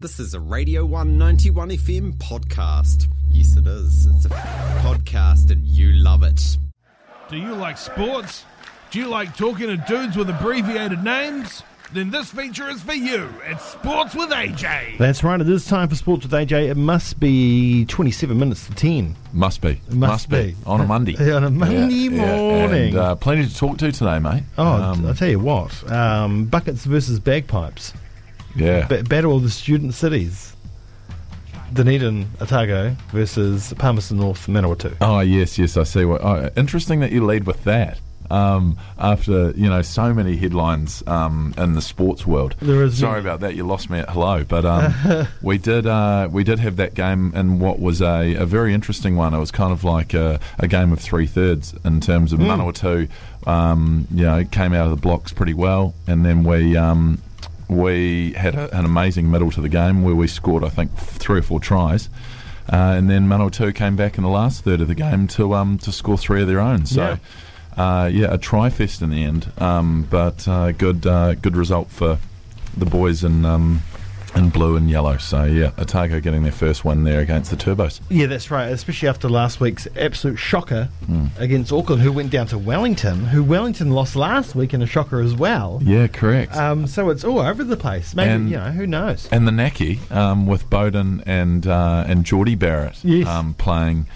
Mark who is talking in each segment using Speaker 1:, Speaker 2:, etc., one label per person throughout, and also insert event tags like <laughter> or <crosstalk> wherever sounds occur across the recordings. Speaker 1: This is a Radio 191 FM podcast. Yes, it is. It's a podcast and you love it.
Speaker 2: Do you like sports? Do you like talking to dudes with abbreviated names? Then this feature is for you. It's Sports with AJ.
Speaker 3: That's right. It is time for sports with AJ. It must be 27 minutes to 10.
Speaker 4: Must be. Must,
Speaker 3: be.
Speaker 4: be. On a Monday.
Speaker 3: <laughs> Yeah, on a Monday morning.
Speaker 4: And, uh, plenty to talk to today, mate.
Speaker 3: Oh,
Speaker 4: Um,
Speaker 3: I'll tell you what. Um, buckets versus bagpipes.
Speaker 4: yeah.
Speaker 3: Ba- battle of the student cities. Dunedin, Otago versus Palmerston North, Manawatu.
Speaker 4: Oh yes, yes, I see. What oh, interesting that you lead with that. Um, after you know so many headlines um, in the sports world.
Speaker 3: There is
Speaker 4: Sorry
Speaker 3: many.
Speaker 4: about that. You lost me at hello,
Speaker 3: <laughs>
Speaker 4: but um, we did uh, we did have that game in what was a, a very interesting one. It was kind of like a, a game of three thirds in terms of
Speaker 3: Hmm.
Speaker 4: Manawatu. Um, you know, came out of the blocks pretty well, and then we. Um, we had a, an amazing middle to the game where we scored, I think, three or four tries. Uh, and then Manawatu came back in the last third of the game to um, to score three of their own. So, yeah, uh, yeah a try fest in the end, um, but uh, good uh, good result for the boys in um, in blue and yellow. So yeah, Otago getting their first win there against the Turbos.
Speaker 3: Yeah, that's right. Especially after last week's absolute shocker
Speaker 4: Hmm.
Speaker 3: against Auckland, who went down to Wellington, who Wellington lost last week in a shocker as well.
Speaker 4: Yeah, correct.
Speaker 3: Um, so it's all over the place. Maybe,
Speaker 4: And-
Speaker 3: you know, who knows?
Speaker 4: and the Naki um, with Bowden and uh, and Geordie Barrett
Speaker 3: Yes.
Speaker 4: um, playing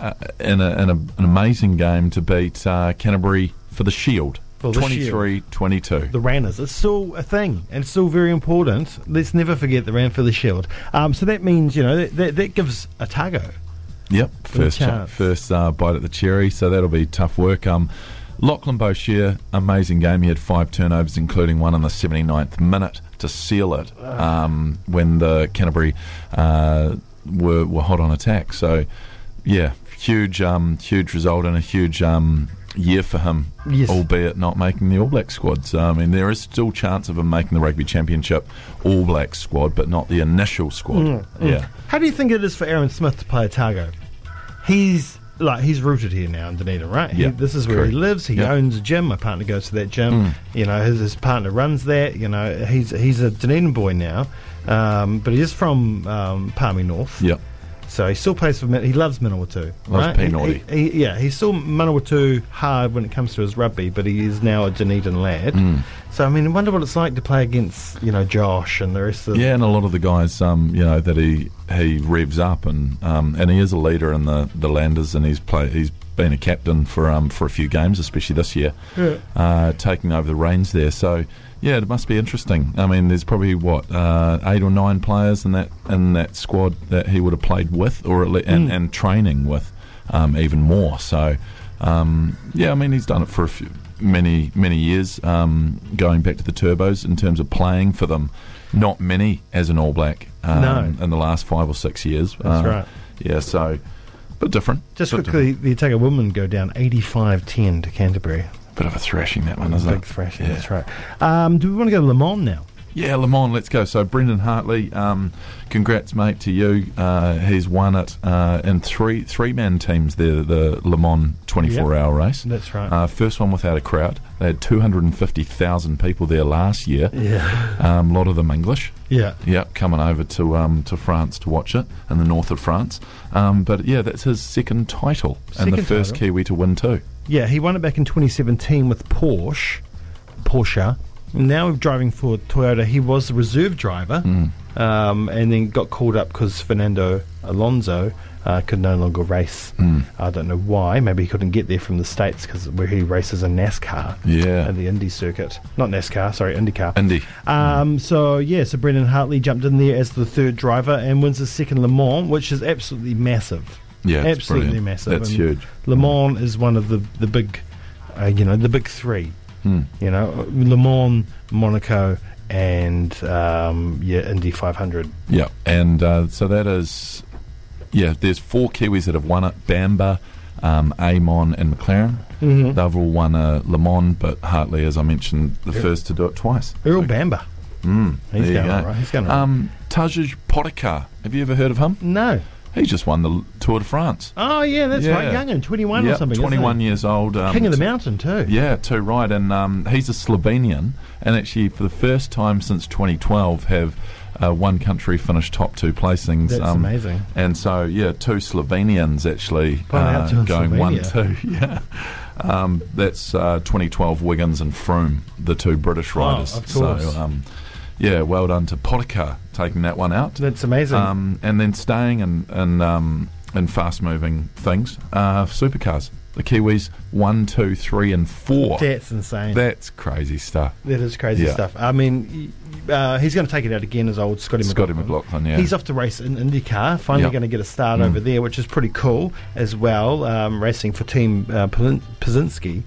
Speaker 4: uh, in, a, in a, an amazing game to beat uh, Canterbury for the Shield.
Speaker 3: For the
Speaker 4: 23-22.
Speaker 3: the Ranners. It's still a thing and it's still very important. Let's never forget the Ranfurly Shield. Um, so that means, you know, that, that, that gives Otago.
Speaker 4: Yep, first cha-
Speaker 3: chance.
Speaker 4: first uh, bite at the cherry, so that'll be tough work. Um, Lachlan Boshier, amazing game. He had five turnovers, including one in the 79th minute to seal it
Speaker 3: Ah.
Speaker 4: um, when the Canterbury uh, were, were hot on attack. So, yeah, huge um, huge result and a huge um, year for him,
Speaker 3: Yes.
Speaker 4: albeit not making the All Blacks squad. So, I mean, there is still chance of him making the Rugby Championship All Blacks squad, but not the initial squad.
Speaker 3: Mm,
Speaker 4: Yeah.
Speaker 3: How do you think it is for Aaron Smith to play Otago? He's like he's rooted here now in Dunedin, right? He-
Speaker 4: Yeah,
Speaker 3: this is where he
Speaker 4: correct.
Speaker 3: lives. He
Speaker 4: Yeah. Mm.
Speaker 3: owns a gym. My partner goes to that gym. You know, his, his partner runs that. You know, he's he's a Dunedin boy now, um, but he is from um, Palmy North.
Speaker 4: Yep.
Speaker 3: So he still plays for Min- he loves Manawatu. right? He-
Speaker 4: Penauty.
Speaker 3: He, he- yeah, he's still Manawatu hard when it comes to his rugby, but he is now a Dunedin lad.
Speaker 4: Mm.
Speaker 3: So I mean, I wonder what it's like to play against you know Josh and the rest of
Speaker 4: Yeah, and a lot of the guys, um, you know, that he he revs up, and um, and he is a leader in the, the Landers, and he's play he's been a captain for um for a few games, especially this year, uh, taking over the reins there. So yeah, it must be interesting. I mean, there's probably what uh, eight or nine players in that in that squad that he would have played with, or at le- and, and training with, um, even more. So. Um, yeah, I mean, he's done it for a few, many, many years, um, going back to the Turbos in terms of playing for them. Not many as an All Black um,
Speaker 3: No.
Speaker 4: in the last five or six years. Um,
Speaker 3: That's right.
Speaker 4: Yeah, so bit different.
Speaker 3: Just
Speaker 4: bit
Speaker 3: quickly, the Otago women go down 85-10 to Canterbury.
Speaker 4: different. Bit of a thrashing, that one, isn't
Speaker 3: Big
Speaker 4: it?
Speaker 3: thrashing,
Speaker 4: Yeah.
Speaker 3: that's right. Um, do we want to go to Le Mans now?
Speaker 4: Yeah, Lamont, let's go. So, Brendan Hartley, um, congrats, mate, to you. Uh, he's won it uh, in three three man teams there, the Le Mans 24 hour race.
Speaker 3: That's right.
Speaker 4: Uh, first one without a crowd. They had 250,000 people there last year.
Speaker 3: Yeah.
Speaker 4: Um, a lot of them English.
Speaker 3: Yeah.
Speaker 4: Yep, coming over to um, to France to watch it in the north of France. Um, but yeah, that's his second title and the
Speaker 3: Second
Speaker 4: first
Speaker 3: title?
Speaker 4: Kiwi to win two.
Speaker 3: Yeah, he won it back in 2017 with Porsche. Porsche. Now driving for Toyota, he was the reserve driver,
Speaker 4: Hmm.
Speaker 3: um, and then got called up because Fernando Alonso uh, could no longer race.
Speaker 4: Hmm.
Speaker 3: I don't know why. Maybe he couldn't get there from the states because where he races in NASCAR.
Speaker 4: Yeah.
Speaker 3: in the Indy circuit, not NASCAR. Sorry, IndyCar.
Speaker 4: Indy. Hmm.
Speaker 3: Um, so yeah, so Brendan Hartley jumped in there as the third driver and wins his second Le Mans, which is absolutely massive.
Speaker 4: Yeah, it's
Speaker 3: absolutely
Speaker 4: brilliant.
Speaker 3: massive.
Speaker 4: That's
Speaker 3: And
Speaker 4: huge.
Speaker 3: Le Mans is one of the the big, uh, you know, the big three.
Speaker 4: Hmm.
Speaker 3: You know, Le Mans, Monaco, and um, yeah, Indy 500.
Speaker 4: Yeah, and uh, so that is, yeah, there's four Kiwis that have won it Bamba, um, Amon, and McLaren.
Speaker 3: Mm-hmm.
Speaker 4: They've all won a Le Mans, but Hartley, as I mentioned, the first to do it twice.
Speaker 3: Earl Bamber. He's
Speaker 4: Hmm. There you
Speaker 3: going
Speaker 4: go.
Speaker 3: all right. He's going all right.
Speaker 4: Um, Taj Potikar, have you ever heard of him?
Speaker 3: No.
Speaker 4: He just won the Tour de France.
Speaker 3: Oh yeah, that's right.
Speaker 4: Yeah.
Speaker 3: Young and 21
Speaker 4: Yep,
Speaker 3: or something. isn't he?
Speaker 4: 21 years old. Um,
Speaker 3: King of the
Speaker 4: t-
Speaker 3: Mountain too.
Speaker 4: Yeah, too right. And um, he's a Slovenian, and actually for the first time since 2012 have uh, one country finished top two placings. um,
Speaker 3: That's amazing.
Speaker 4: And so, yeah, two Slovenians actually
Speaker 3: Blown out to
Speaker 4: uh, going one two. <laughs>
Speaker 3: Slovenia.
Speaker 4: Yeah, um, that's uh, 2012 Wiggins and Froome, the two British riders.
Speaker 3: Oh, of course.
Speaker 4: So, um, yeah, well done to Potika taking that one out.
Speaker 3: That's amazing.
Speaker 4: Um, and then staying in in, um, in fast moving things, uh, supercars. The Kiwis one, two, three, and four.
Speaker 3: That's insane.
Speaker 4: That's crazy stuff.
Speaker 3: that is crazy
Speaker 4: Yeah.
Speaker 3: stuff. I mean, y- uh, he's going to take it out again as old Scotty
Speaker 4: Scotty
Speaker 3: McLaughlin.
Speaker 4: McLaughlin, yeah. Mm.
Speaker 3: He's off to race in IndyCar. Finally,
Speaker 4: Yep.
Speaker 3: going to get a start over there, which is pretty cool as well. Um, racing for Team uh, Pazin- Pazinski,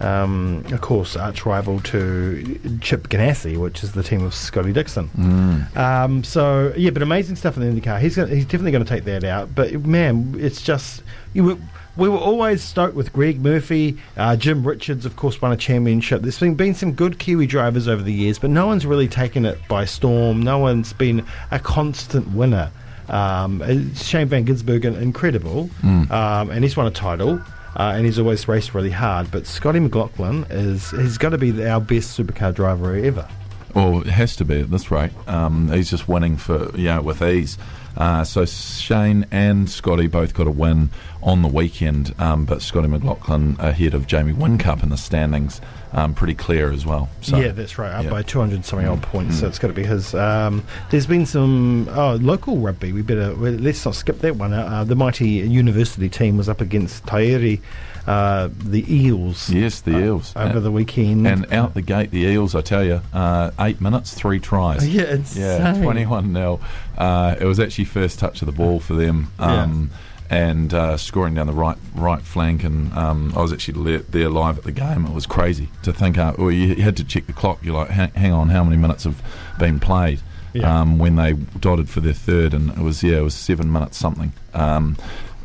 Speaker 3: um, of course, arch rival to Chip Ganassi, which is the team of Scotty Dixon.
Speaker 4: Mm.
Speaker 3: Um, so yeah, but amazing stuff in the IndyCar. He's gonna, he's definitely going to take that out. But man, it's just you were, we were always stoked with Greg Murphy, uh, Jim Richards, of course, won a championship. There's been been some good Kiwi drivers over the years, but no one's really taken it by storm. No one's been a constant winner. Um, uh, Shane Van Gisbergen, incredible, um, and he's won a title. Uh, and he's always raced really hard, but Scotty McLaughlin is—he's got to be our best supercar driver ever.
Speaker 4: Well, it has to be at this rate. Um, he's just winning for you know with ease. Uh, so Shane and Scotty both got a win on the weekend, um, but Scotty McLaughlin ahead of Jamie Wincup in the standings, um, pretty clear as well. So
Speaker 3: yeah, that's right. Up
Speaker 4: yeah. Mm.
Speaker 3: by 200 something odd points, so it's got to be his. Um, there's been some oh, local rugby. We better well, let's not skip that one. Uh, uh, the mighty university team was up against Tairi, uh, the Eels,
Speaker 4: yes, the Eels
Speaker 3: Uh, over the weekend.
Speaker 4: and out the gate the Eels. I tell you, uh, eight minutes, three
Speaker 3: <laughs> Oh,
Speaker 4: tries.
Speaker 3: yeah, it's
Speaker 4: Yeah,
Speaker 3: insane.
Speaker 4: 21 0. Uh, it was actually first touch of the ball for them. Um, And uh, scoring down the right right flank, and um, I was actually le- there live at the game. It was crazy to think. Uh, well, you had to check the clock. You're like, hang, hang on, how many minutes have been played?
Speaker 3: Yeah.
Speaker 4: Um, when they dotted for their third, and it was yeah, it was seven minutes something. Um,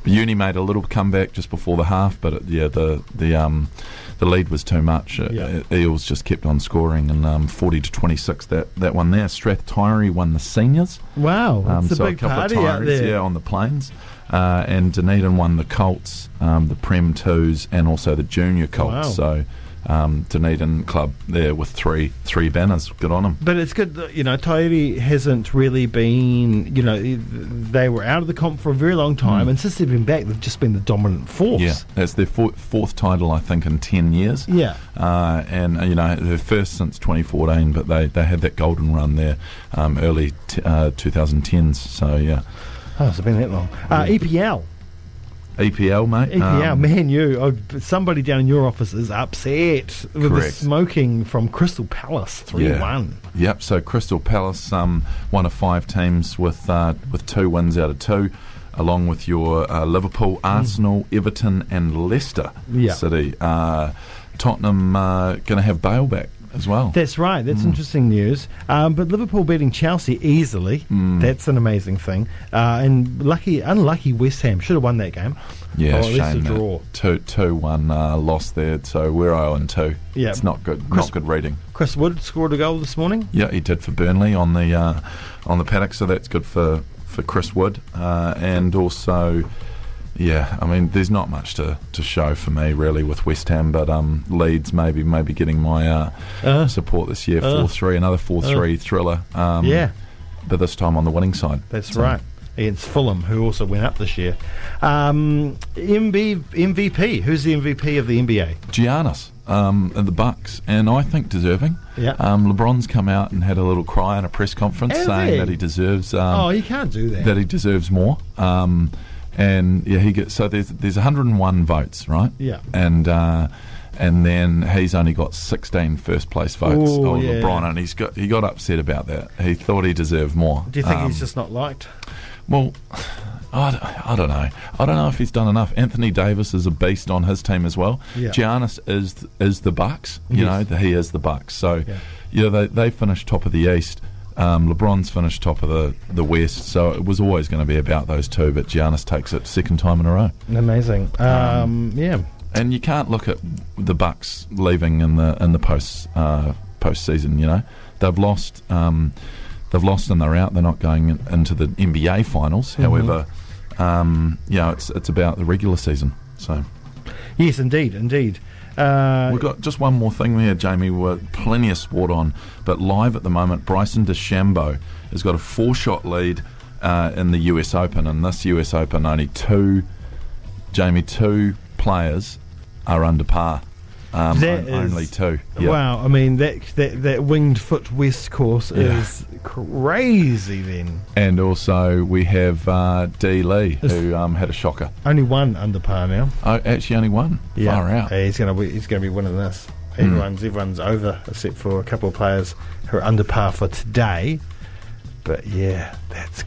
Speaker 4: Uni made a little comeback just before the half, but it, yeah, the the um, the lead was too much. Uh,
Speaker 3: Yeah.
Speaker 4: Eels just kept on scoring, and um, 40 to 26 that, that one there. Strathtyre won the seniors.
Speaker 3: Wow, it's
Speaker 4: Um,
Speaker 3: a
Speaker 4: so
Speaker 3: big
Speaker 4: a couple
Speaker 3: party
Speaker 4: of Tyrees,
Speaker 3: out there.
Speaker 4: yeah, on the plains. Uh, and Dunedin won the Colts, um, the Prem Twos, and also the Junior Colts.
Speaker 3: Wow.
Speaker 4: So um, Dunedin club there with three three banners. Good on them.
Speaker 3: But it's good, that, you know. Toyota hasn't really been, you know, they were out of the comp for a very long time, and since they've been back, they've just been the dominant force.
Speaker 4: Mm. Yeah, that's their four, fourth title, I think, in 10 years.
Speaker 3: Yeah.
Speaker 4: Uh, and, uh, you know, their first since 2014, but they, they had that golden run there um, early t- uh, 2010s. So, yeah.
Speaker 3: Oh, it's been that long. Uh, EPL.
Speaker 4: EPL, mate.
Speaker 3: EPL,
Speaker 4: um,
Speaker 3: man, you. Oh, somebody down in your office is upset with the
Speaker 4: Correct.
Speaker 3: smoking from Crystal Palace 3
Speaker 4: Yeah.
Speaker 3: 1.
Speaker 4: Yep. So Crystal Palace, um, one of five teams with uh, with two wins out of two, along with your uh, Liverpool, Arsenal, Everton, and Leicester
Speaker 3: Mm. Yeah.
Speaker 4: City. Uh, Tottenham uh, going to have Bale back as well.
Speaker 3: That's right. That's
Speaker 4: Mm.
Speaker 3: interesting news. Um, but Liverpool beating Chelsea easily.
Speaker 4: Mm.
Speaker 3: That's an amazing thing. Uh, and lucky, unlucky West Ham should have won that game.
Speaker 4: yeah,
Speaker 3: or at least Oh, a
Speaker 4: shame that
Speaker 3: draw.
Speaker 4: Two two one uh, loss there. So we're zero and two.
Speaker 3: Yeah.
Speaker 4: it's not good.
Speaker 3: Chris-
Speaker 4: not good reading.
Speaker 3: Chris Wood scored a goal this morning.
Speaker 4: Yeah, he did for Burnley on the uh, on the paddock, so that's good for for Chris Wood, uh, and also. Yeah, I mean, there's not much to, to show for me really with West Ham, but um, Leeds maybe maybe getting my uh,
Speaker 3: Uh.
Speaker 4: support this year four three another four three thriller. Um,
Speaker 3: Yeah.
Speaker 4: but this time on the winning side.
Speaker 3: That's
Speaker 4: So,
Speaker 3: right. Against Fulham, who also went up this year. Um, MB, MVP. Who's the MVP of the NBA?
Speaker 4: Giannis um, and the Bucks, and I think deserving.
Speaker 3: Yeah.
Speaker 4: Um, LeBron's come out and had a little cry in a press conference
Speaker 3: Has
Speaker 4: saying
Speaker 3: he?
Speaker 4: that he deserves. Um,
Speaker 3: oh, you can't do that.
Speaker 4: that he deserves more. Um, and yeah, he gets so there's there's 101 votes, right?
Speaker 3: Yeah.
Speaker 4: and uh, and then he's only got 16 first place votes.
Speaker 3: Ooh,
Speaker 4: oh,
Speaker 3: yeah.
Speaker 4: LeBron, and he's got he got upset about that. He thought he deserved more.
Speaker 3: do you think
Speaker 4: Um,
Speaker 3: he's just not liked?
Speaker 4: well? I d- I don't know. I don't know if he's done enough. Anthony Davis is a beast on his team as well.
Speaker 3: Yeah.
Speaker 4: Giannis is th- is the Bucks. You
Speaker 3: Yes.
Speaker 4: know that he is the Bucks. So,
Speaker 3: Yeah.
Speaker 4: yeah, they they finished top of the East. Um, LeBron's finished top of the, the West, so it was always going to be about those two. But Giannis takes it second time in a row,
Speaker 3: Amazing. Um, yeah.
Speaker 4: and you can't look at the Bucks leaving in the in the post uh, postseason. You know they've lost um, they've lost and they're out. They're not going in, into the NBA finals. However, um, you know it's it's about the regular season. So
Speaker 3: Yes, indeed, indeed. Uh,
Speaker 4: We've got just one more thing there, Jamie. We're plenty of sport on, but live at the moment, Bryson DeChambeau has got a four-shot lead uh, in the U.S. Open, and this U.S. Open only two, Jamie, two players are under par. Um,
Speaker 3: That
Speaker 4: on-
Speaker 3: is-
Speaker 4: only two. Yeah.
Speaker 3: Wow, I mean that that that winged foot west course
Speaker 4: Yeah.
Speaker 3: is crazy. Then
Speaker 4: And also we have uh, D. Lee,
Speaker 3: Is-
Speaker 4: who um, had a shocker.
Speaker 3: only one under par now.
Speaker 4: Oh, actually, only one. Far out. Hmm.
Speaker 3: Hey, he's gonna be, he's gonna be winning this. Everyone's everyone's over except for a couple of players who are under par for today. But yeah, that's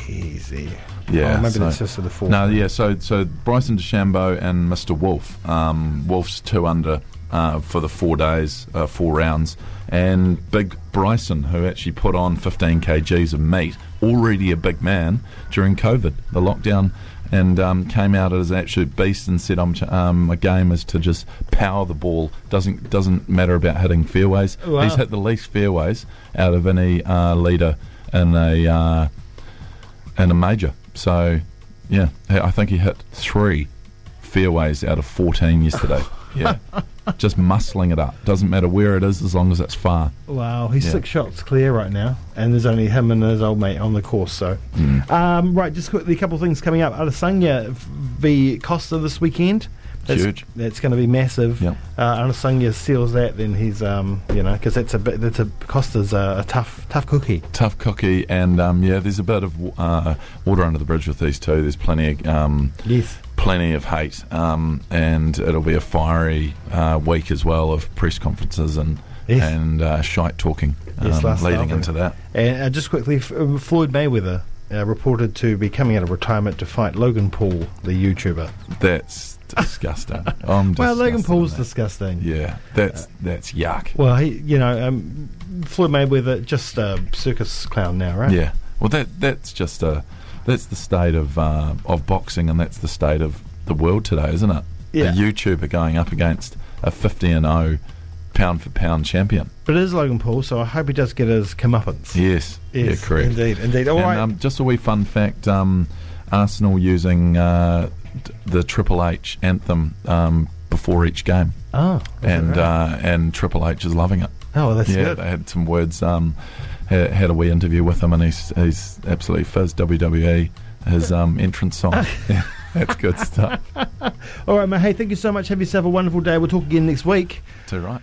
Speaker 3: crazy.
Speaker 4: Yeah,
Speaker 3: oh, maybe
Speaker 4: so-
Speaker 3: that's just the fourth.
Speaker 4: No, yeah. So, so Bryson DeChambeau and Mr. Wolf. Um, Wolf's two under uh, for the four days, uh, four rounds, and Big Bryson, who actually put on 15 kgs of meat, already a big man during COVID, the lockdown, and um, came out as an absolute beast and said, "I'm ch- um, my game is to just power the ball. Doesn't doesn't matter about hitting fairways.
Speaker 3: Wow.
Speaker 4: He's hit the least fairways out of any uh, leader in a." Uh, and a major. So, yeah, I I think he hit three fairways out of 14 yesterday. yeah. Just muscling it up. Doesn't matter where it is as long as it's far.
Speaker 3: Wow, he's
Speaker 4: Yeah.
Speaker 3: six shots clear right now, and there's only him and his old mate on the course. So,
Speaker 4: Mm.
Speaker 3: um, right, just quickly, a couple of things coming up. Adesanya v Costa this weekend. That's,
Speaker 4: Huge.
Speaker 3: That's going to be massive.
Speaker 4: Yep.
Speaker 3: Uh, Adesanya seals that, then he's um, you know, because that's a bit, that's a Costa's a, a tough tough cookie.
Speaker 4: Tough cookie, and um, yeah, there's a bit of w- uh, water under the bridge with these two. There's plenty of. Um,
Speaker 3: Yes.
Speaker 4: Plenty of hate, um, and it'll be a fiery uh, week as well of press conferences and
Speaker 3: Yes.
Speaker 4: and uh, shite talking um,
Speaker 3: Yes, last
Speaker 4: leading
Speaker 3: Saturday.
Speaker 4: into that.
Speaker 3: And uh, just quickly, F- uh, Floyd Mayweather uh, reported to be coming out of retirement to fight Logan Paul, the YouTuber.
Speaker 4: That's disgusting.
Speaker 3: <laughs>
Speaker 4: I'm
Speaker 3: well, Logan
Speaker 4: disgusted
Speaker 3: Paul's
Speaker 4: at that.
Speaker 3: disgusting.
Speaker 4: yeah, that's that's yuck.
Speaker 3: Well, he, you know, um, Floyd Mayweather just a circus clown now, right?
Speaker 4: Yeah. Well, that that's just a that's the state of uh, of boxing, and that's the state of the world today, isn't it?
Speaker 3: Yeah.
Speaker 4: A YouTuber going up against a fifty and zero pound for pound champion.
Speaker 3: But it is Logan Paul, so I hope he does get his comeuppance.
Speaker 4: Yes.
Speaker 3: Yes,
Speaker 4: yeah. Correct.
Speaker 3: Indeed, indeed. All
Speaker 4: and,
Speaker 3: right.
Speaker 4: um, just a wee fun fact: um, Arsenal using uh, d- the Triple H anthem um, before each game,
Speaker 3: oh, is that
Speaker 4: and
Speaker 3: right?
Speaker 4: uh, and Triple H is loving it.
Speaker 3: oh, well, that's
Speaker 4: yeah,
Speaker 3: good.
Speaker 4: they had some words. Um, had, had a wee interview with him, and he's he's absolutely fizzed WWE.
Speaker 3: <laughs>
Speaker 4: His um, entrance song. <laughs> yeah, that's good stuff.
Speaker 3: All right, mate. Hey, thank you so much. Have yourself a wonderful day. We'll talk again next week.
Speaker 4: Too right.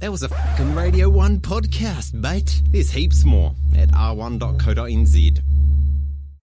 Speaker 1: That was a fucking Radio 1 podcast, mate. There's heaps more at r1.co.nz.